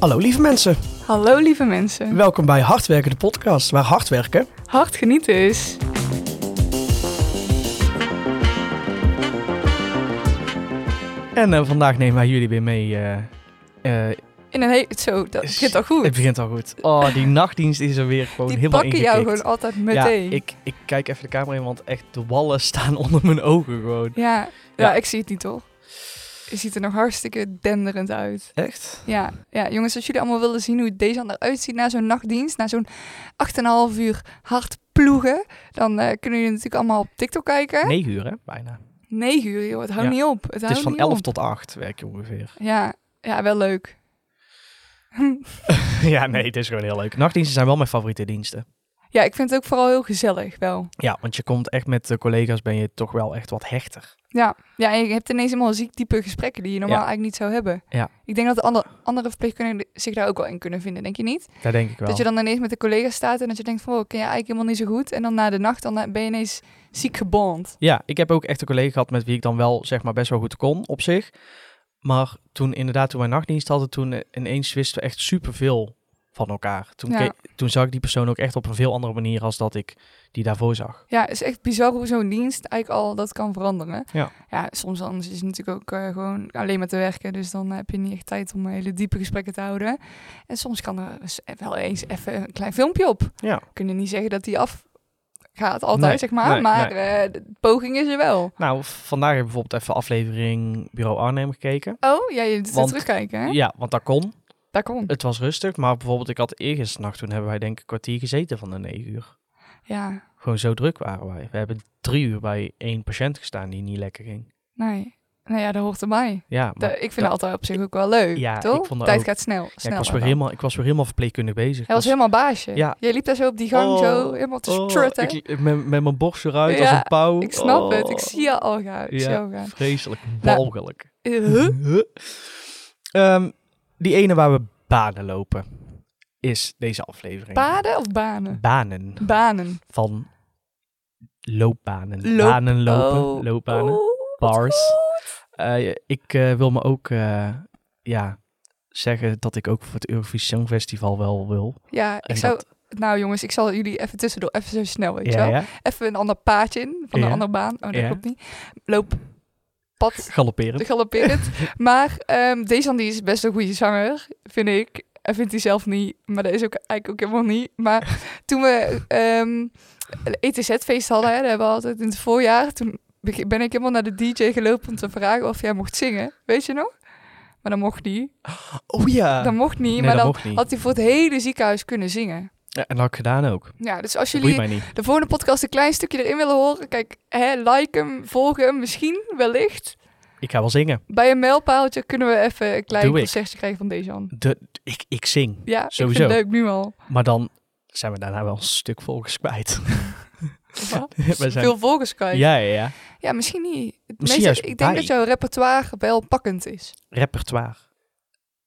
Hallo lieve mensen, Hallo lieve mensen. welkom bij Hardwerken de podcast, waar hard werken Hard genieten is. En eh, vandaag nemen wij jullie weer mee. eh, eh, In een he- Zo, dat Is- begint al goed. het begint al goed. Oh, die nachtdienst is er weer gewoon Die helemaal pakken jou ingekikt. gewoon altijd meteen. Ja, ik, ik kijk even de camera in, want echt de wallen staan onder mijn ogen gewoon. Ja, ja, Ja. ik zie het niet toch? Je ziet er nog hartstikke denderend uit. Echt? Ja, ja, jongens, als jullie allemaal willen zien hoe Dejan eruit ziet na zo'n nachtdienst, na zo'n 8,5 uur hard ploegen, dan eh, kunnen jullie natuurlijk allemaal op TikTok kijken. Nee uur hè, bijna. 9 uur, joh, het houdt Ja. niet op. Het, Het houdt is van niet 11 op. tot 8 werk je ongeveer. Ja, ja, wel leuk. ja, nee, het is gewoon heel leuk. Nachtdiensten zijn wel mijn favoriete diensten. ja, ik vind het ook vooral heel gezellig, wel. Ja, want je komt echt met eh, collega's ben je toch wel echt wat hechter. Ja, ja en je hebt ineens helemaal ziek diepe gesprekken die je normaal Ja. eigenlijk niet zou hebben. Ja. Ik denk dat de ander, andere verpleegkundigen zich daar ook wel in kunnen vinden, denk je niet? Daar denk ik wel. Dat je dan ineens met de collega's staat en dat je denkt van, oh, ik ken je eigenlijk helemaal niet zo goed. En dan na de nacht dan ben je ineens ziek gebond. Ja, ik heb ook echt een collega gehad met wie ik dan wel zeg maar best wel goed kon op zich. Maar toen inderdaad, toen wij nachtdienst hadden, toen eh, ineens wisten we echt superveel van elkaar. Toen, Ja. ke- toen zag ik die persoon ook echt op een veel andere manier als dat ik die daarvoor zag. Ja, het is echt bizar hoe zo'n dienst eigenlijk al dat kan veranderen. Ja. Ja, soms anders is het natuurlijk ook eh, gewoon alleen maar te werken. Dus dan heb je niet echt tijd om hele diepe gesprekken te houden. En soms kan er eens- e-, wel eens even een klein filmpje op. Ja. We kunnen niet zeggen dat die af gaat altijd, Nee, zeg maar. nee, maar eh, de poging is er wel. Nou, v- vandaag heb ik bijvoorbeeld even aflevering Bureau Arnhem gekeken. Oh, ja, je doet het Want- terugkijken, hè? Ja, want dat kon. Daar komt. Het was rustig, maar bijvoorbeeld ik had eergisternacht, toen hebben wij denk ik een kwartier gezeten van de negen uur. Ja, Gewoon zo druk waren wij. We hebben drie uur bij één patiënt gestaan die niet lekker ging. nee. Nou ja, dat hoort erbij. Ja, maar Da- ik vind dat altijd op zich ook wel leuk, Ja, toch? ik vond dat Tijd ook- gaat snel. ja, sneller ik, was weer dan. helemaal, ik was weer helemaal verpleegkundig bezig. Hij was Ik helemaal baasje. Ja. Jij liep daar zo op die gang Oh, zo helemaal te Oh, strutten. Ik, ik- ik- met, met mijn borst eruit als Ja, een pauw. snap Oh. het. Ik zie je al gaan. Ik Ja. zie jou gaan. Vreselijk, walgelijk. Eh, huh? Ehm, die ene waar we banen lopen is deze aflevering. Paden of banen? Banen Banen. van loopbanen. Loop- banen lopen, Oh. loopbanen. Oh, wat Bars. goed. Eh, ik eh, wil me ook eh, ja, zeggen dat ik ook voor het Eurovisie Songfestival wel wil. Ja, ik En zou... dat- Nou jongens, ik zal jullie even tussendoor, even zo snel, weet je ja, wel. ja, Even een ander paadje in, van Ja. een andere baan. Oh, dat Ja. klopt niet. Loop, pad, Dus galopperend. galopperend. maar ehm Dejan die is best een goede zanger, vind ik. Hij vindt hij zelf niet, maar dat is ook eigenlijk ook helemaal niet. Maar toen we ehm een ETZ-feest hadden, hè, dat hebben we altijd in het voorjaar. Toen beg- ben ik helemaal naar de DJ gelopen om te vragen of jij mocht zingen. Weet je nog? Maar dat mocht niet. Oh ja. Dat mocht niet, nee, maar dat dan mocht niet. had hij voor het hele ziekenhuis kunnen zingen. Ja, en dat had ik gedaan ook. Ja, dus als Dat jullie boeit mij niet. de volgende podcast een klein stukje erin willen horen. Kijk, hè, like hem, volg hem, misschien, wellicht. Ik ga wel zingen. Bij een mijlpaaltje kunnen we even een klein Doe ik. concertje krijgen van Dejan. De, ik, ik zing. Ja, ik Sowieso. vind het leuk nu al. Maar dan zijn we daarna wel een stuk volgens kwijt. We zijn- Veel volgers kwijt. Ja. Ja, ja, ja. misschien niet. Het Misschien meeste- juist ik denk bij. dat jouw repertoire wel pakkend is. Repertoire.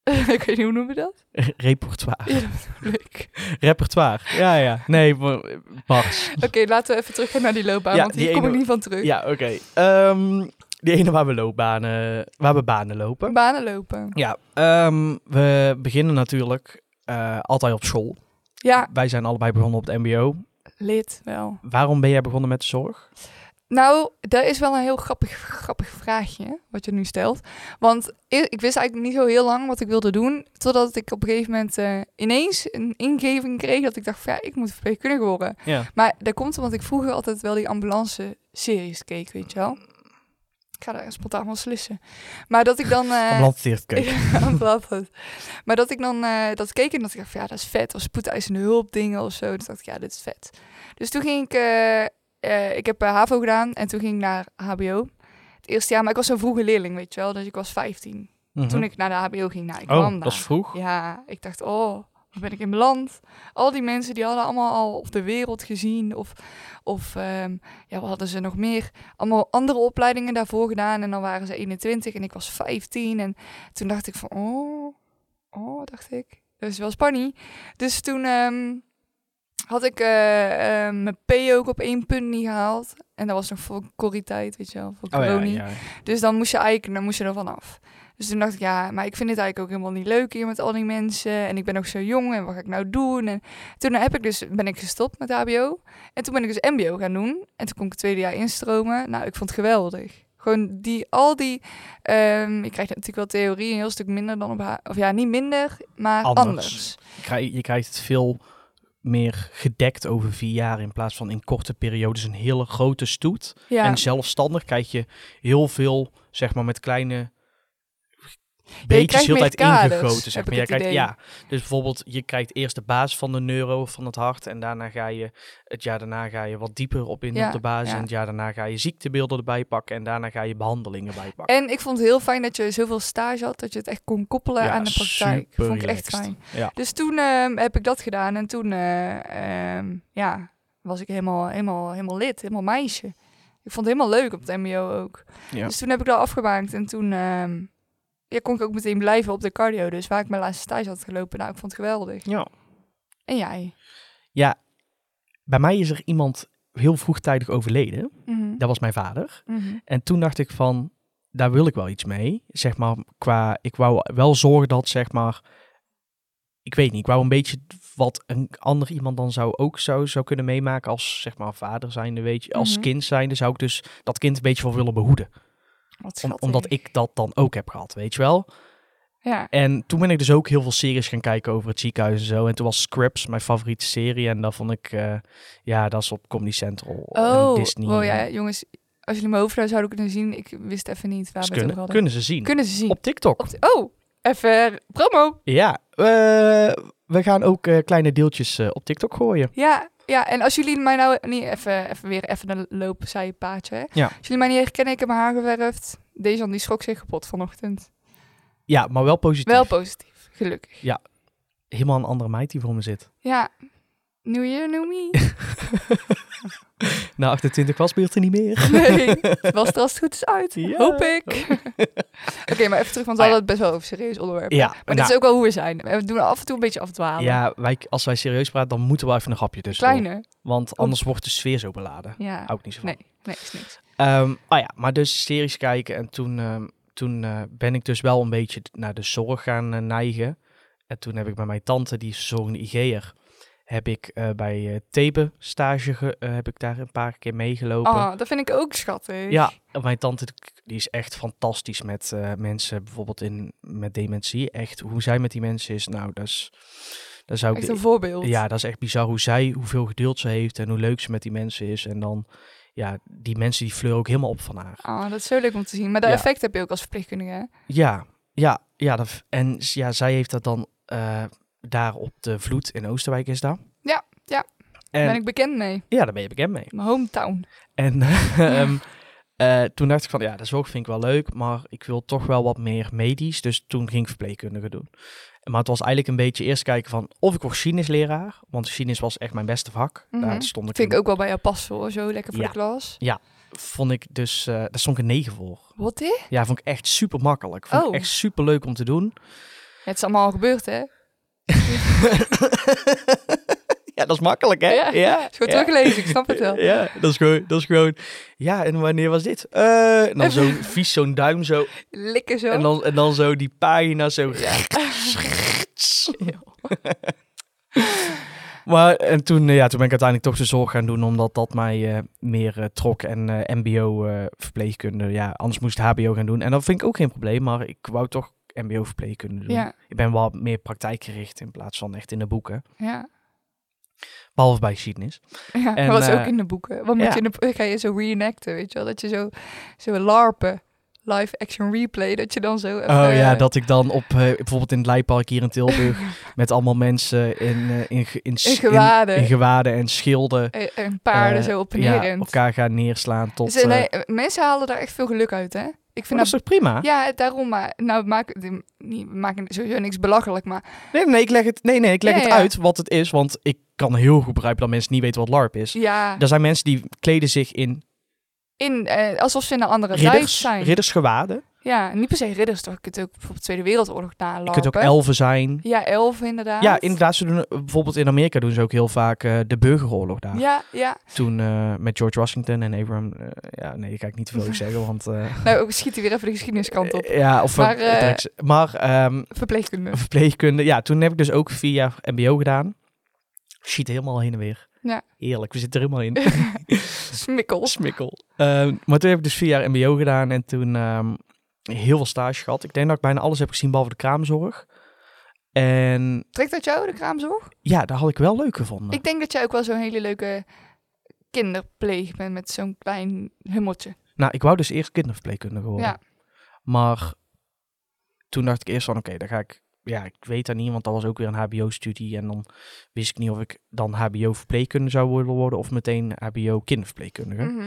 ik weet niet, hoe noemen we dat? Repertoire. Ja, dat bedoel ik. Repertoire. Ja, ja. Nee, maar- Bas. Oké, laten we even teruggaan naar die loopbaan, Ja, want hier die kom ene- ik niet van terug. Ja, oké. Ehm, die ene waar we loopbanen, waar we banen lopen. Banen lopen. Ja, ehm, we beginnen natuurlijk eh, altijd op school. Ja, Wij zijn allebei begonnen op het mbo. lid wel. Waarom ben jij begonnen met de zorg? Nou, dat is wel een heel grappig, grappig vraagje wat je nu stelt. Want i- ik wist eigenlijk niet zo heel lang wat ik wilde doen. Totdat ik op een gegeven moment eh, ineens een ingeving kreeg dat ik dacht, van, ja, ik moet verpleegkundige worden. Ja. Maar dat komt omdat ik vroeger altijd wel die ambulance series keek, weet je wel. Ik ga daar spontaan van slissen. Maar dat ik dan... eh, Ambulanceert keek. ja, ambulance. Maar dat ik dan eh, dat keek en dat ik dacht, van, ja, dat is vet. Of spoedeisende hulp dingen of zo. Dus dacht ik, ja, dit is vet. Dus toen ging ik, eh, eh, ik heb eh, HAVO gedaan en toen ging ik naar HBO. Het eerste jaar, maar ik was een vroege leerling, weet je wel. Dus ik was 15. Toen ik naar de HBO ging, nou, ik kwam Mhm. Oh, daar. dat is vroeg. Ja, ik dacht, oh, wat ben ik in mijn land? Al die mensen die hadden allemaal al op de wereld gezien. Of, of ehm, ja, wat hadden ze nog meer? Allemaal andere opleidingen daarvoor gedaan. En dan waren ze 21 en ik was 15. En toen dacht ik van, oh, oh, dacht ik. Dat is wel spannend. Dus toen ehm, had ik eh, eh, mijn P ook op één punt niet gehaald. En dat was nog voor corrie-tijd, weet je wel, voor Oh ja, corona. ja. Dus dan moest je eigenlijk, dan moest je er vanaf. Dus toen dacht ik, ja, maar ik vind het eigenlijk ook helemaal niet leuk hier met al die mensen. En ik ben nog zo jong en wat ga ik nou doen? En toen heb ik dus, ben ik gestopt met HBO. En toen ben ik dus MBO gaan doen. En toen kon ik het tweede jaar instromen. Nou, ik vond het geweldig. Gewoon die, al die, ehm je krijgt natuurlijk wel theorie een heel stuk minder dan op haar. Of ja, niet minder, maar Anders. anders. Je krijg- je krijgt het veel meer gedekt over vier jaar in plaats van in korte periodes een hele grote stoet. Ja. En zelfstandig krijg je heel veel, zeg maar, met kleine krijgt beetjes heel meer tijd kaders, ingegoten. Zeg heb maar. ik Jij het krijgt, idee. ja, dus bijvoorbeeld, je krijgt eerst de basis van de neuro of van het hart. En daarna ga je, het jaar daarna ga je wat dieper op in Ja, op de basis. ja. En het jaar daarna ga je ziektebeelden erbij pakken. En daarna ga je behandelingen erbij pakken. En ik vond het heel fijn dat je zoveel stage had, dat je het echt kon koppelen Ja, eh, aan de praktijk. super vond ik echt relaxed. fijn. Ja. Dus toen ehm, heb ik dat gedaan en toen eh, ehm, ja, was ik helemaal, helemaal, helemaal lid, helemaal meisje. Ik vond het helemaal leuk op het mbo ook. Ja. Dus toen heb ik dat afgemaakt en toen ehm, ja, kon ik ook meteen blijven op de cardio. Dus waar ik mijn laatste stage had gelopen, nou ik vond het geweldig. ja. En jij? Bij mij is er iemand heel vroegtijdig overleden. Mhm. Dat was mijn vader. Mhm. En toen dacht ik van, daar wil ik wel iets mee. Zeg maar, qua, ik wou wel zorgen dat, zeg maar, ik weet niet, ik wou een beetje wat een ander iemand dan zou ook zou, zou kunnen meemaken als, zeg maar, vader zijnde, weet je, als Mhm. kind zijnde zou ik dus dat kind een beetje voor willen behoeden. Om- Wat omdat schattig. ik dat dan ook heb gehad, weet je wel. Ja, En toen ben ik dus ook heel veel series gaan kijken over het ziekenhuis en zo. En toen was Scraps mijn favoriete serie en dat vond ik, eh, ja, dat is op Comedy Central en oh, Disney. eh, wow, en- ja, jongens, als jullie mijn hoofd nou zouden kunnen zien, ik wist even niet waar Dus we het over kunnen, hadden. kunnen ze zien. Kunnen ze zien. Op TikTok. Op de- oh, even promo. Ja, eh, we gaan ook eh, kleine deeltjes eh, op TikTok gooien. Ja, ja, en als jullie mij nou niet even, even weer even een loopzijpaadje. hè. Ja. Als jullie mij niet herkennen, ik heb mijn haar geverfd. Deze die schrok zich kapot vanochtend. Ja, maar wel positief. Wel positief, gelukkig. Helemaal een andere meid die voor me zit. Ja, New Year, New Me. Na 28 was Beert er niet meer. Nee, het was er als het goed is uit. Ja. Hoop ik. Oké, maar even terug, want we Ah, ja. hadden het best wel over serieus onderwerp. Ja, Maar dit nou, is ook wel hoe we zijn. We doen af en toe een beetje afdwalen. ja wij, als wij serieus praten, dan moeten we even een grapje tussen. Kleine. Want anders wordt de sfeer zo beladen. Ja. Hou ik niet zo van. Nee, nee, is niks. Ehm, ah ja, maar dus series kijken. En toen, ehm, toen eh, ben ik dus wel een beetje naar de zorg gaan eh, neigen. En toen heb ik bij mijn tante, die is zorgende IG'er, heb ik eh, bij eh Thebe stage, ge- eh, heb ik daar een paar keer meegelopen. Oh, dat vind ik ook schattig. Ja, mijn tante die is echt fantastisch met eh, mensen, bijvoorbeeld in, met dementie. Echt, hoe zij met die mensen is, nou, dat is... Daar zou Echt ik, een voorbeeld. ja, dat is echt bizar hoe zij, hoeveel geduld ze heeft en hoe leuk ze met die mensen is. En dan, ja, die mensen die fleuren ook helemaal op van haar. Ah, dat is zo leuk om te zien. Maar dat Ja. effect heb je ook als verpleegkundige. hè? Ja, ja, ja. Dat, en s- ja, zij heeft dat dan eh, daar op de Vloed in Oosterwijk is dat. Ja, ja. En, Daar ben ik bekend mee. Ja, daar ben je bekend mee. Mijn hometown. En ehm, eh, toen dacht ik van, ja, de zorg vind ik wel leuk, maar ik wil toch wel wat meer medisch. Dus toen ging ik verpleegkundige doen. Maar het was eigenlijk een beetje eerst kijken van of ik word Chinees leraar, want Chinees was echt mijn beste vak. Mhm. Daar stond ik, Vind ik een- ook wel bij jou passen hoor, zo lekker voor Ja. de klas. vond ik dus, eh, daar stond ik een 9 voor. Wat dit? Ja, vond ik echt super makkelijk. Vond Oh. ik echt super leuk om te doen. Het is allemaal al gebeurd hè? ja, dat is makkelijk, hè? Ja, ja. Is goed teruggelezen, ik snap het wel. Ja, dat is gewoon, dat is gewoon. Ja, en wanneer was dit? Eh, en dan zo vies zo'n duim zo. Likken zo. En dan, en dan zo die pagina zo. maar en toen, eh, ja, toen ben ik uiteindelijk toch de zorg gaan doen, omdat dat mij eh, meer eh, trok. En eh, MBO eh, verpleegkunde, ja, anders moest ik HBO gaan doen. En dat vind ik ook geen probleem, maar ik wou toch MBO verpleegkunde doen. Ja, Ik ben wel meer praktijkgericht in plaats van echt in de boeken. ja. Behalve bij geschiedenis. ja. En, dat was eh, ook in de boeken. Wat moet ja. je in de ga je zo reenacten, weet je wel? Dat je zo, zo larpen, live action replay, dat je dan zo even, Oh ja, eh, dat ik dan op eh, bijvoorbeeld in het Leipark hier in Tilburg met allemaal mensen in, eh, in, ge- in, s- In gewaden. in, in gewaden en schilden eh, en paarden eh, zo op en ja, neer elkaar gaan neerslaan tot. Dus, eh, eh, Oh, nee, eh, mensen halen daar echt veel geluk uit, hè? Ik maar vind dat is dat... toch prima? Ja, daarom, maar nou, maak, niet, we maken sowieso niks belachelijk, maar Nee, nee, ik leg, het, nee, nee, ik leg Ja, het ja. uit wat het is, want ik kan heel goed begrijpen dat mensen niet weten wat LARP is. ja, Er zijn mensen die kleden zich in in, eh, alsof ze in een andere tijd ridders, zijn. riddersgewaden. Ja, en niet per se ridders, toch? Je kunt ook bijvoorbeeld Tweede Wereldoorlog nalarpen. Je kunt ook elfen zijn. Ja, elf inderdaad. Ja, inderdaad. Ze doen, eh, bijvoorbeeld in Amerika doen ze ook heel vaak eh, de burgeroorlog daar. Ja, ja. Toen eh, met George Washington en Abraham. eh, ja, nee, daar ga ik niet veel over zeggen, want... eh, Nou, ook schieten weer even de geschiedeniskant op. eh, Ja, of... Maar, Maar, eh, maar ehm, Verpleegkunde. verpleegkunde. Ja, toen heb ik dus ook vier jaar mbo gedaan. Schiet helemaal heen en weer. Ja. Heerlijk, we zitten er helemaal in. Smikkels. Smikkel. Ehm, maar toen heb ik dus vier jaar mbo gedaan en toen ehm, heel veel stage gehad. Ik denk dat ik bijna alles heb gezien behalve de kraamzorg. En Trekt dat jou, de kraamzorg? ja, daar had ik wel leuk gevonden. Ik denk dat jij ook wel zo'n hele leuke kinderpleeg bent met zo'n klein hummeltje. Nou, ik wou dus eerst kinderverpleegkundige worden. Ja. Maar toen dacht ik eerst van, oké, dan ga ik... Ja, ik weet dat niet, want dat was ook weer een hbo-studie. En dan wist ik niet of ik dan hbo-verpleegkundige zou willen worden... of meteen hbo-kinderverpleegkundige. Mhm.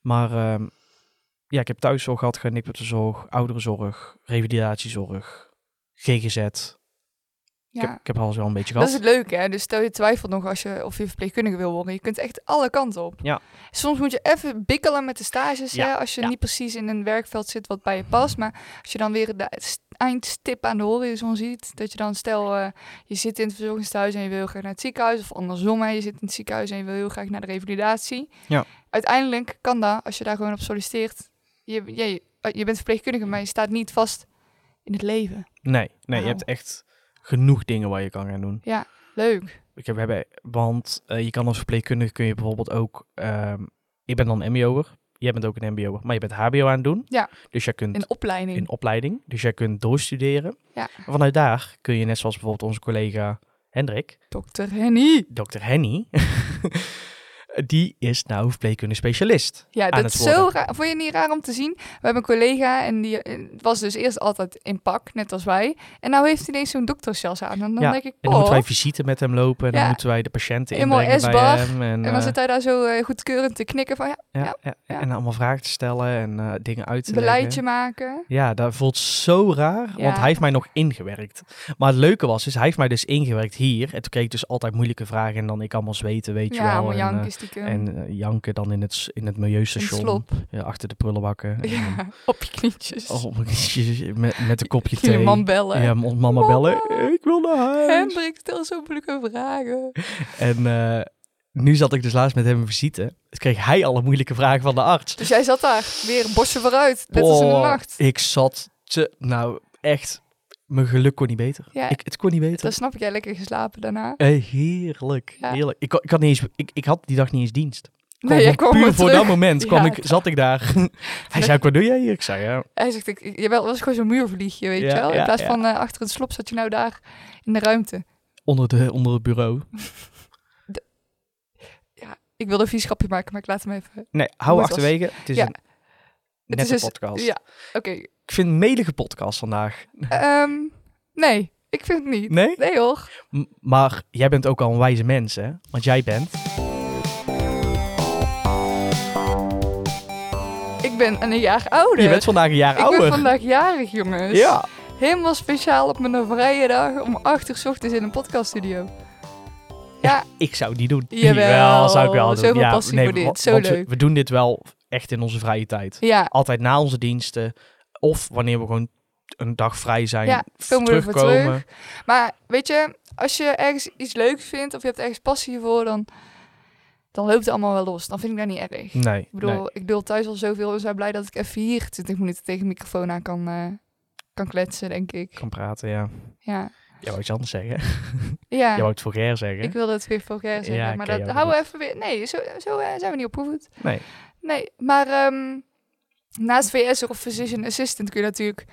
Maar ehm, ja, ik heb thuiszorg gehad, genippeltenzorg, ouderenzorg, revalidatiezorg, GGZ. Ik, heb, Ja. ik heb alles wel een beetje Dat gehad. is het leuke, hè? Dus stel je twijfelt nog als je, of je verpleegkundige wil worden. Je kunt echt alle kanten op. Ja. Soms moet je even bikkelen met de stages, Ja, hè? Als je ja. niet precies in een werkveld zit wat bij je past. Maar als je dan weer de s- eindstip aan de horizon ziet. Dat je dan, stel, eh, je zit in het verzorgingshuis en je wil heel graag naar het ziekenhuis. Of andersom, hè? je zit in het ziekenhuis en je wil heel graag naar de revalidatie. Ja. Uiteindelijk kan dat, als je daar gewoon op solliciteert. Je, ja, je, je bent verpleegkundige, maar je staat niet vast in het Oh. leven. Nee, nee, je Wauw. hebt echt genoeg dingen waar je kan gaan doen. Leuk. Ik heb, we hebben, want eh, je kan als verpleegkundige kun je bijvoorbeeld ook... ehm ik ben dan mbo'er, jij bent ook een mbo'er, maar je bent hbo aan het doen. Ja. Dus jij kunt In opleiding. in opleiding. Dus jij kunt doorstuderen. Ja. En vanuit daar kun je, net zoals bijvoorbeeld onze collega Hendrik, Dokter Henny. dokter Henny, die is nou verpleegkundige specialist. Ja, dat het is worden. zo raar. Vond je het niet raar om te zien? We hebben een collega en die eh, was dus eerst altijd in pak, net als wij. En nou heeft hij ineens zo'n doktersjas aan. En dan Ja, denk ik, En dan moeten oh. wij visite met hem lopen. En dan Ja. moeten wij de patiënten Helemaal inbrengen bij S-bar. hem. En, En eh, dan zit hij daar zo eh, goedkeurend te knikken van, ja, ja, ja, ja, ja. en allemaal vragen te stellen en eh, dingen uit te beleidje leggen. maken. Ja, dat voelt zo raar, want Ja. hij heeft mij nog ingewerkt. Maar het leuke was, is hij heeft mij dus ingewerkt hier. En toen kreeg ik dus altijd moeilijke vragen en dan ik allemaal zweten, weet je Ja, wel. allemaal en, eh, janken stiekem. En eh, janken dan in het, s- in het milieustation. In het Ja, achter de prullenbakken. En dan- Ja, op je knietjes. eh, oh, met, met een kopje je thee. man bellen. Ja, ons mama bellen. Ik wil naar huis. Hendrik, stel zo moeilijke vragen. En eh, nu zat ik dus laatst met hem in visite. Dus kreeg hij alle moeilijke vragen van de arts. Dus jij zat daar, weer bosje vooruit, net als Dus in de Boah, nacht. Ik zat te... Nou, echt. Mijn geluk kon niet beter. Ja. Ik, het kon niet beter. Dan snap ik, jij lekker geslapen daarna. Eh, heerlijk. Ja. Heerlijk. Ik, kon- ik, had niet eens, ik, ik had die dag niet eens dienst. Ik Nee, jij kwam kwam puur maar voor terug. dat moment kwam Ja. ik, zat ik daar. hij zei, ook, wat doe jij hier? Ik zei, ja, Hij zegt, ik, ik- jawel, dat was gewoon zo'n muurvliegje, weet Ja, je wel. In ja, plaats ja. van eh, achter het slop zat je nou daar in de ruimte. onder, de, onder het bureau. Ik wilde een vies grapje maken, maar ik laat hem even. Nee, Hoe hou het achterwege. Het is Ja. een Het nette is dus- podcast. Ja, oké. Ik vind een melige podcast vandaag. Ehm, nee, ik vind het niet. Nee? Nee hoor. M- maar jij bent ook al een wijze mens, hè? Want jij bent... Oh, Ik ben een jaar ouder. Je bent vandaag een jaar ik ouder. ben vandaag jarig, jongens. Ja. Helemaal speciaal op mijn vrije dag om 8 uur 's ochtends in een podcaststudio. Ja, Ik zou die doen. Jawel. zou ik wel doen. Zoveel passie voor dit. wa- Zo want we- leuk. We, doen dit wel echt in onze vrije tijd. ja. Altijd na onze diensten. Of wanneer we gewoon een dag vrij zijn. Ja, f- komen we ervoor terugkomen. Maar weet je, als je ergens iets leuk vindt of je hebt ergens passie voor, dan, dan loopt het allemaal wel los. Dan vind ik dat niet erg. Nee, Ik bedoel, nee. ik bedoel thuis al zoveel. We zijn blij dat ik even hier 20 minuten tegen de microfoon aan kan, eh, kan kletsen, denk ik. kan praten, ja. Ja, Jij wou iets anders zeggen. ja. Jij wou het voor Ger zeggen. ik wilde het weer voor elkaar zeggen. Ja, maar oké, dat ja, houden we even weer... Nee, zo, zo eh, zijn we niet opgevoed. Nee. Nee, maar ehm, naast VS of Physician Assistant kun je natuurlijk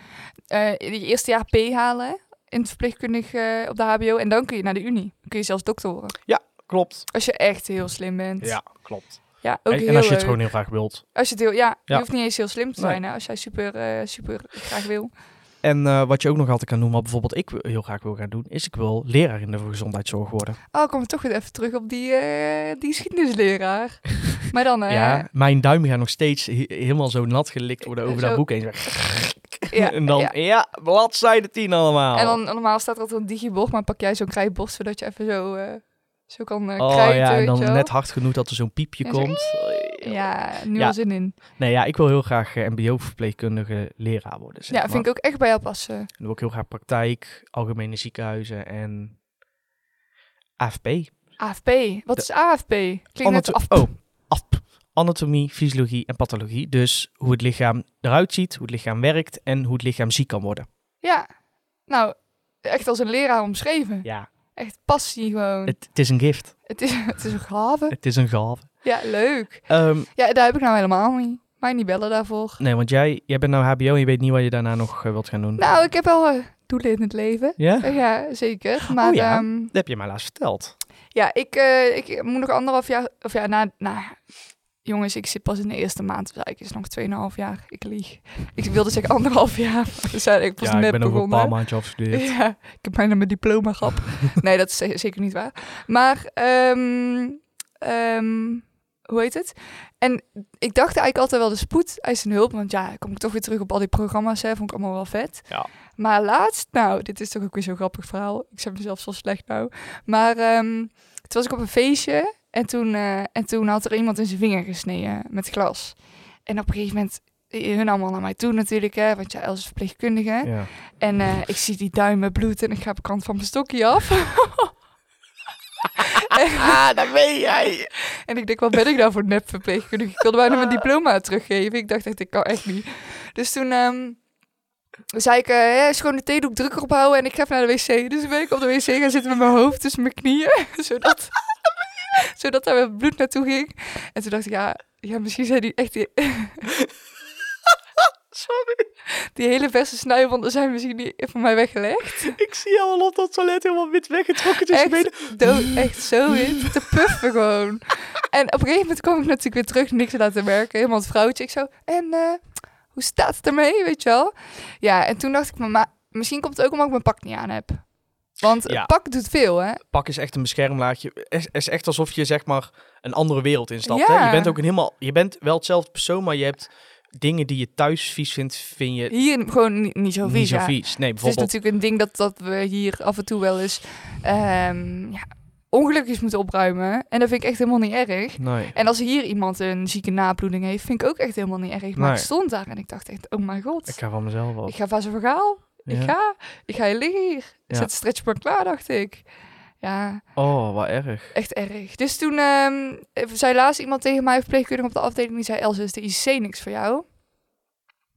eh je eerste jaar P halen. hè, In het verpleegkundig eh, op de HBO. En dan kun je naar de Unie. Dan kun je zelfs dokter worden. Klopt. Als je echt heel slim bent. Ja, klopt. ja ook En, en heel als je het leuk. gewoon heel graag wilt. Als je het heel... Ja, je Ja. hoeft niet eens heel slim te Nee. zijn. Hè, als jij super, eh, super graag wil. En eh, wat je ook nog altijd kan doen, wat bijvoorbeeld ik heel graag wil gaan doen, is ik wil leraar in de gezondheidszorg worden. Oh, kom toch weer even terug op die, eh, die geschiedenisleraar. maar dan, eh, ja, mijn duimen gaan nog steeds he- helemaal zo nat gelikt worden over dat Zo. boek heen. ja, en dan, Oh. ja. ja, bladzijde 10 allemaal. En dan normaal staat er altijd een digibord, maar pak jij zo'n krijtbord zodat je even zo, eh, zo kan eh oh krijten, ja, en weet dan je wel. net hard genoeg dat er zo'n piepje Ja, zo- komt. Ja, nu Ja. al zin in. Nee, ja, ik wil heel graag eh, mbo-verpleegkundige leraar worden. Zeg Ja, maar. vind ik ook echt bij jou passen. Dan wil ik heel graag praktijk, algemene ziekenhuizen en AFP. AFP. Wat is AFP? Klinkt net Anato- af. Oh, af. Anatomie, fysiologie en pathologie. Dus hoe het lichaam eruit ziet, hoe het lichaam werkt en hoe het lichaam ziek kan worden. Ja. Nou, echt als een leraar omschreven. Ja, Echt passie gewoon. Het, het, het is een gift. is, het is een gave. Het is een gave. Ja, leuk. Ehm, Ja, daar heb ik nou helemaal niet. Mij niet bellen daarvoor. nee, want jij, jij bent nou HBO en je weet niet wat je daarna nog eh, wilt gaan doen. Nou, ik heb wel eh, doelen in het leven. Ja? Eh, Ja, zeker. Maar Oh ja. ja, Dat heb je mij laatst verteld. ja ik, eh, ik moet nog anderhalf jaar... Of ja, na, na, jongens, ik zit pas in de eerste maand. Dus eigenlijk is het nog tweeënhalf jaar. Ik lieg. Ik wilde zeggen anderhalf jaar. maar we zijn eigenlijk pas ja, net ik ben over begonnen. een paar maandjes afgestudeerd. Ja, ik heb bijna mijn diploma gehad. nee, dat is ze- zeker niet waar. Maar, ehm, ehm, hoe heet het? En ik dacht eigenlijk altijd wel de spoed eist een hulp. Want ja, dan kom ik toch weer terug op al die programma's. Hè, vond ik allemaal wel vet. Ja. Maar laatst, nou, dit is toch ook weer zo'n grappig verhaal. Ik zet mezelf zo slecht nou. Maar ehm, toen was ik op een feestje. En toen, eh, en toen had er iemand in zijn vinger gesneden met glas. En op een gegeven moment, eh, hun allemaal naar mij toe natuurlijk. Hè, want ja, Els is verpleegkundige. Ja. En eh, ik zie die duimen bloed en ik ga op de kant van mijn stokje af. ah, dat ben jij. En ik denk, wat ben ik nou voor nep verpleegkundige? Ik wilde bijna mijn diploma teruggeven. Ik dacht echt, ik kan echt niet. Dus toen ehm, zei ik, eh, ja, is gewoon de theedoek drukker ophouden en ik ga even naar de wc. Dus toen ben ik op de wc gaan zitten met mijn hoofd tussen mijn knieën. zodat, zodat daar weer bloed naartoe ging. En toen dacht ik, ja, ja misschien zijn die echt... Die... Sorry. Die hele verse snijwanden zijn misschien niet van mij weggelegd. Ik zie al op dat toilet helemaal wit weggetrokken Echt, dood, echt zo in te puffen gewoon. En op een gegeven moment kwam ik natuurlijk weer terug, niks laten werken. Helemaal het vrouwtje. Ik zo, en eh, hoe staat het ermee, weet je wel? Ja, en toen dacht ik, maar misschien komt het ook omdat ik mijn pak niet aan heb. Want het Ja. pak doet veel, hè? Pak is echt een beschermlaagje. Het is echt alsof je zeg maar een andere wereld instapt. Ja. Hè? Je bent ook een helemaal. Je bent wel hetzelfde persoon, maar je hebt dingen die je thuis vies vindt, vind je Hier gewoon niet, niet zo vies, niet zo ja. vies. Nee, Het is bijvoorbeeld. natuurlijk een ding dat, dat we hier af en toe wel eens ehm ja, ongelukjes moeten opruimen. En dat vind ik echt helemaal niet erg. Nee. En als hier iemand een zieke nabloeding heeft, vind ik ook echt helemaal niet erg. Maar Nee. ik stond daar en ik dacht echt, oh mijn god. Ik ga van mezelf af. Ik ga van zo'n verhaal. Ja. Ik ga. Ik ga hier liggen hier. Ja. Zet de stretchbank klaar, dacht ik. Ja, Oh, wat erg. echt erg. Dus toen ehm, zei laatst iemand tegen mij, verpleegkundige op de afdeling, die zei, Els, is de IC niks voor jou?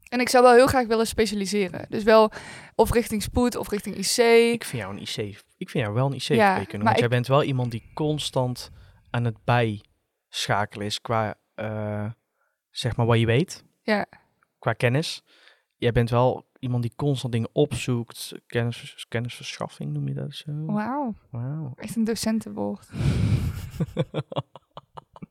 En ik zou wel heel graag willen specialiseren. Dus wel of richting spoed of richting IC. Ik vind jou een IC. Ik vind jou wel een IC Ja, verpleegkundige. maar want jij bent wel iemand die constant aan het bijschakelen is qua eh, zeg maar wat je weet. Ja. Qua kennis. Jij bent wel iemand die constant dingen opzoekt. Kennis, kennisverschaffing noem je dat zo. Wauw, Wauw. echt een docentenwoord.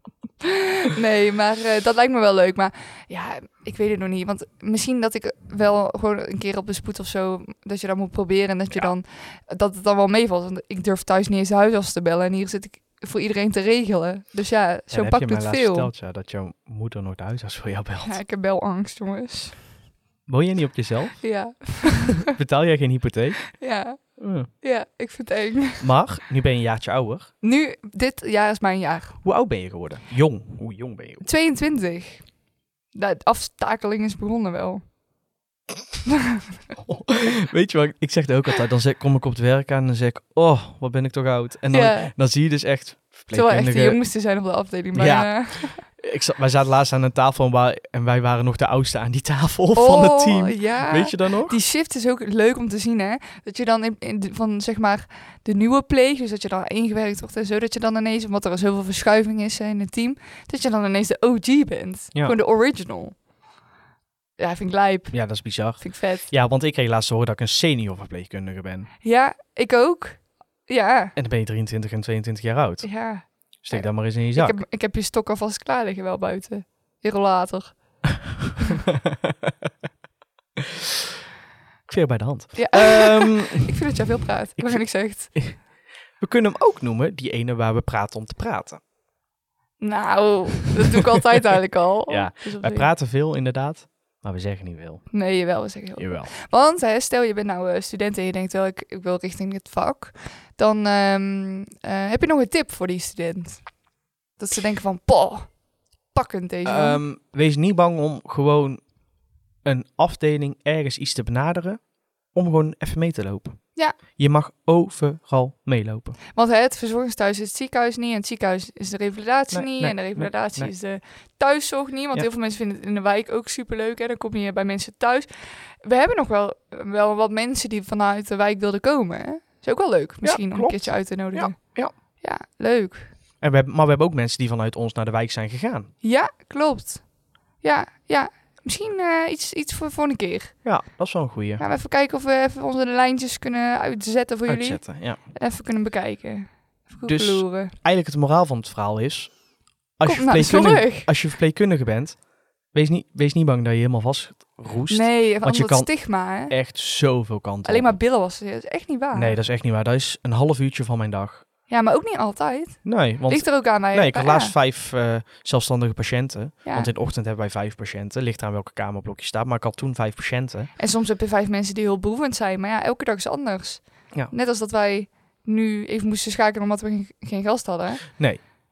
Nee, maar eh, dat lijkt me wel leuk. Maar ja, ik weet het nog niet. Want misschien dat ik wel gewoon een keer op de spoed of zo... dat je dat moet proberen en dat, je dan, dat het dan wel meevalt. Want ik durf thuis niet eens de huisarts te bellen. En hier zit ik voor iedereen te regelen. Dus ja, Ja, dat zo'n heb pak je mij doet laatst veel. Verteld, ja, dat jouw moeder nooit de huisarts voor jou belt. Ja, ik heb wel angst, jongens. Woon jij niet op jezelf? Ja, Betaal jij geen hypotheek? ja, Eh. ja, ik vind het eng. Maar, nu ben je een jaartje ouder. Nu, dit jaar is mijn jaar. Hoe oud ben je geworden? Jong. Hoe jong ben je? 22. De afstakeling is begonnen wel. Weet je wat, ik zeg het ook altijd. Dan zeg, kom ik op het werk aan en dan zeg ik, oh, wat ben ik toch oud. En dan, ja, dan zie je dus echt terwijl echt de verpleegkundigen. jongste zijn op de afdeling. eh, Ja. bijna. Ik zat, wij zaten laatst aan een tafel en, wa- en wij waren nog de oudste aan die tafel van het team. oh, Ja. Weet je dat nog? Die shift is ook leuk om te zien, hè? Dat je dan in, in de- van zeg maar de nieuwe pleeg, dus dat je dan ingewerkt wordt en zo, dat je dan ineens, omdat er zoveel verschuiving is hè, in het team, dat je dan ineens de OG bent. Ja. Gewoon de original. Ja, vind ik lijp. Ja, dat is bizar. Vind ik vet. Ja, want ik kreeg laatst te horen dat ik een senior verpleegkundige ben. Ja, ik ook. Ja. En dan ben je 23 en 22 jaar oud. Ja. Steek dat maar eens in je Ik zak. heb, ik heb je stok alvast klaar liggen wel buiten. Hier later. ik veer bij de hand. Ja. Ehm, ik vind dat jij veel praat. Ik vind- ik zegt. we kunnen hem ook noemen, die ene waar we praten om te praten. Nou, dat doe ik altijd eigenlijk al. Ja, Dus op Wij zich- praten veel, inderdaad, maar we zeggen niet veel. Nee, jawel, we zeggen heel Jawel. Want hè, stel je bent nou eh, student en je denkt wel, ik, ik wil richting het vak. Dan ehm, eh, heb je nog een tip voor die student. Dat ze denken van, poh, pakkend deze man. Ehm, wees niet bang om gewoon een afdeling ergens iets te benaderen. Om gewoon even mee te lopen. Ja. Je mag overal meelopen. Want hè, het verzorgingshuis is het ziekenhuis niet. En het ziekenhuis is de revalidatie Nee, niet. nee, en de nee, revalidatie nee. is de thuiszorg niet. Want Ja. heel veel mensen vinden het in de wijk ook superleuk. En dan kom je bij mensen thuis. We hebben nog wel, wel wat mensen die vanuit de wijk wilden komen. Hè? Is ook wel leuk misschien om een klopt. keertje uit te nodigen. ja. Ja, leuk. En we hebben, maar we hebben ook mensen die vanuit ons naar de wijk zijn gegaan. Ja, klopt. Ja, ja. Misschien eh, iets, iets voor, voor een keer. Ja, dat is wel een goeie. Gaan we even kijken of we even onze lijntjes kunnen uitzetten voor jullie. Uitzetten, ja. En even kunnen bekijken. Even goed Dus- loeren. Eigenlijk het moraal van het verhaal is... Als, je Kom nou verpleegkundige, terug. als je verpleegkundige bent, wees niet, wees niet bang dat je helemaal vastroest. Nee, van je dat kan stigma. Hè? Echt zoveel kanten Alleen op. maar billen was dat is echt niet waar. Nee, dat is echt niet waar. Dat is een half uurtje van mijn dag. Ja, maar ook niet altijd. Nee, want... Ligt er ook aan mij. Nee, ik had laatst vijf eh, zelfstandige patiënten. ja. Want in de ochtend hebben wij vijf patiënten. Ligt aan welke kamerblok je staat. Maar ik had toen vijf patiënten. En soms heb je vijf mensen die heel behoevend zijn. Maar ja, elke dag is anders. Ja. Net als dat wij nu even moesten schakelen omdat we geen, geen gast hadden. hè.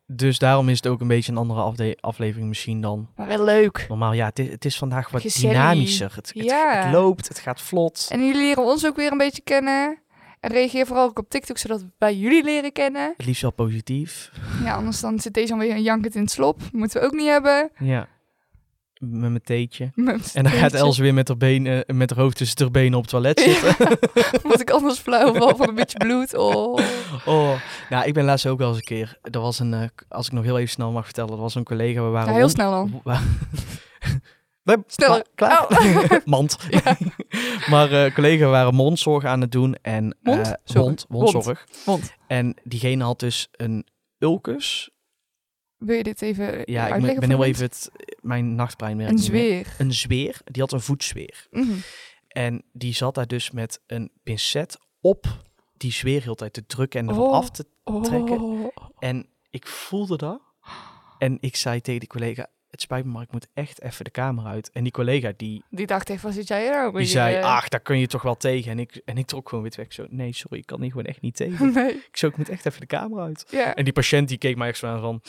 Dus daarom is het ook een beetje een andere afde- aflevering misschien dan Maar wel leuk. normaal. Ja, het is, het is vandaag wat Gezellig. dynamischer. Het, het, Ja. het loopt, het gaat vlot. En jullie leren ons ook weer een beetje kennen. En reageer vooral ook op TikTok, zodat wij jullie leren kennen. Het liefst wel positief. Ja, anders dan zit deze alweer een jankend in het slop. Moeten we ook niet hebben. Ja. Met mijn theetje. En dan gaat Els weer met haar, benen, eh, met haar hoofd tussen haar benen op het toilet zitten. Moet ik anders flauw val van een beetje bloed. Oh. Oh, nou, ik ben laatst ook wel eens een keer. Er was een, eh, als ik nog heel even snel mag vertellen, er was een collega. We waren Ja, heel rond- snel dan. Wa- We- Sneller. Klaar. Oh. Mand. maar eh collega waren mondzorg aan het doen. En, eh, Mond? Zorg. mond, mondzorg. Mond. En diegene had dus een ulcus. Wil je dit even eh, Ja, ik ben- uitleggen ben, voor heel ons? even het, mijn nachtbrein werkt Een niet meer. zweer. Een zweer. Die had een voetzweer. Mhm. En die zat daar dus met een pincet op die zweer heel de tijd te drukken en ervan Oh. af te... Trekken. Oh. En ik voelde dat. En ik zei tegen die collega, het spijt me, maar ik moet echt even de kamer uit. En die collega die Die dacht echt, wat zit jij er ook Die weer, zei, "Ah." eh? ach, daar kun je toch wel tegen. En ik, en ik trok gewoon weer weg. Zo, nee, sorry, ik kan hier gewoon echt niet tegen. Nee, ik zo, ik moet echt even de kamer uit. ja. En die patiënt die keek mij echt zo aan van,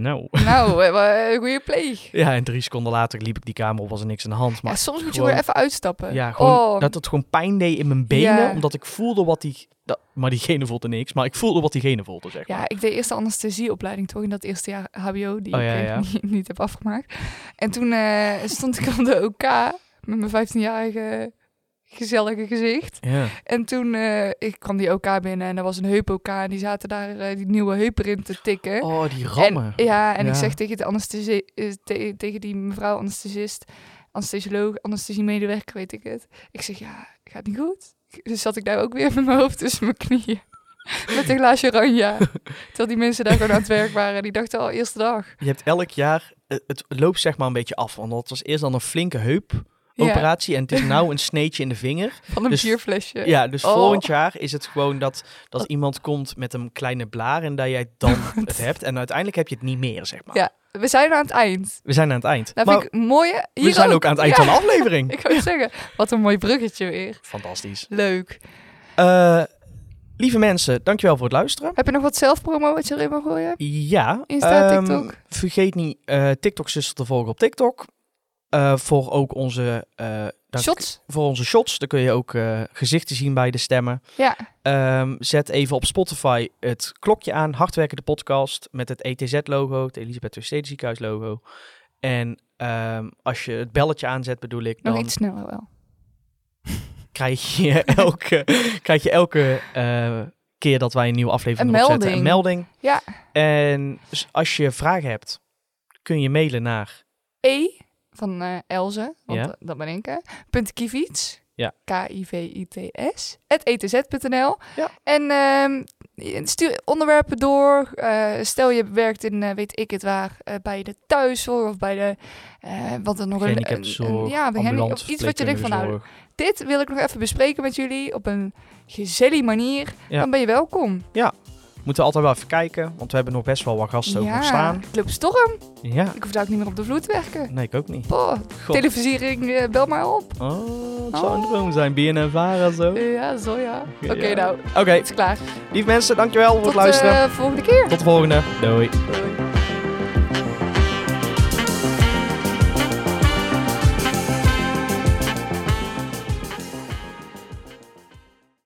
nou. Nou, eh, wa- eh, goede pleeg. Ja, en drie seconden later liep ik die kamer op, was er niks aan de hand. Ja, Maar soms moet je gewoon- weer even uitstappen. ja, gewoon, Oh, dat het gewoon pijn deed in mijn benen. Ja. Omdat ik voelde wat die... dat- maar diegene voelde niks, maar ik voelde wat diegene voelde, zeg maar. Ja, ik deed eerst de anesthesieopleiding toch in dat eerste jaar HBO, die Oh, ja, ik eh, ja. Niet, niet heb afgemaakt. En toen eh, stond ik aan de OK met mijn 15-jarige gezellige gezicht. Ja. En toen eh, ik kwam die OK binnen en er was een heup OK en die zaten daar eh, die nieuwe heup erin te tikken. Oh, die rammen. En, eh, ja, en ik Ja. zeg tegen, de anesthesi- eh, te- tegen die mevrouw anesthesist, anesthesioloog, anesthesiemedewerker, weet ik het. Ik zeg, ja, gaat niet goed. Dus zat ik daar ook weer met mijn hoofd tussen mijn knieën. Met een glaasje oranje. Terwijl die mensen daar gewoon aan het werk waren. Die dachten al, eerste dag. Je hebt elk jaar... Het, het loopt zeg maar een beetje af. Want het was eerst dan een flinke heupoperatie. Ja, En het is nou een sneetje in de vinger. van een dus- bierflesje. Ja, dus Oh. volgend jaar is het gewoon dat, dat iemand komt met een kleine blaar en dat jij dan het hebt. En uiteindelijk heb je het niet meer, zeg maar. Ja. We zijn aan het eind. We zijn aan het eind. Dat maar vind ik mooi. we zijn ook, aan het eind Ja, van de aflevering. Ik wou zeggen, wat een mooi bruggetje weer. Fantastisch. Leuk. Eh, lieve mensen, dankjewel voor het luisteren. Heb je nog wat zelfpromo wat je erin mag gooien? Ja. Insta, ehm, TikTok. Vergeet niet eh TikTok-zuster te volgen op TikTok. Eh, voor ook onze... eh, dank- Shots? Voor onze shots. Daar kun je ook eh, gezichten zien bij de stemmen. Ja. Ehm, zet even op Spotify het klokje aan. Hardwerken de podcast met het ETZ-logo, het Elisabeth Westede ziekenhuis-logo. En ehm, als je het belletje aanzet, bedoel ik, Nog dan iets sneller wel. krijg je elke, krijg je elke eh, keer dat wij een nieuwe aflevering Een opzetten melding. een melding. Ja. En s- als je vragen hebt, kun je mailen naar E van eh Elze, want Ja. eh, dat ben ik. hè. Punt Kivits. Ja. K-I-V-I-T-S. at E etz.nl. Ja. En ehm, je- stuur onderwerpen door. Eh, stel je werkt in, eh, weet ik het waar, eh, bij de thuiszorg of bij de, eh, wat er nog een- gehandicaptenzorg, een- een- eh, ja, bij handicap- ambulance, of iets wat je denkt van, nou, verpleegkundige zorg. dit wil ik nog even bespreken met jullie op een gezellige manier. Ja. Dan ben je welkom. Moeten we altijd wel even kijken, want we hebben nog best wel wat gasten ook nog staan. Club Storm. Ja, Ik hoef daar ook niet meer op de vloer te werken. nee, ik ook niet. Boah, God. televisiering, eh, bel maar op. Oh, het zou een droom zijn. BNNVARA zo. Oké, Ja, zo ja. Oké, ja. nou, Oké, het is klaar. lieve mensen, dankjewel voor Tot het eh. luisteren. de volgende keer. Tot de volgende. Doei. Doei.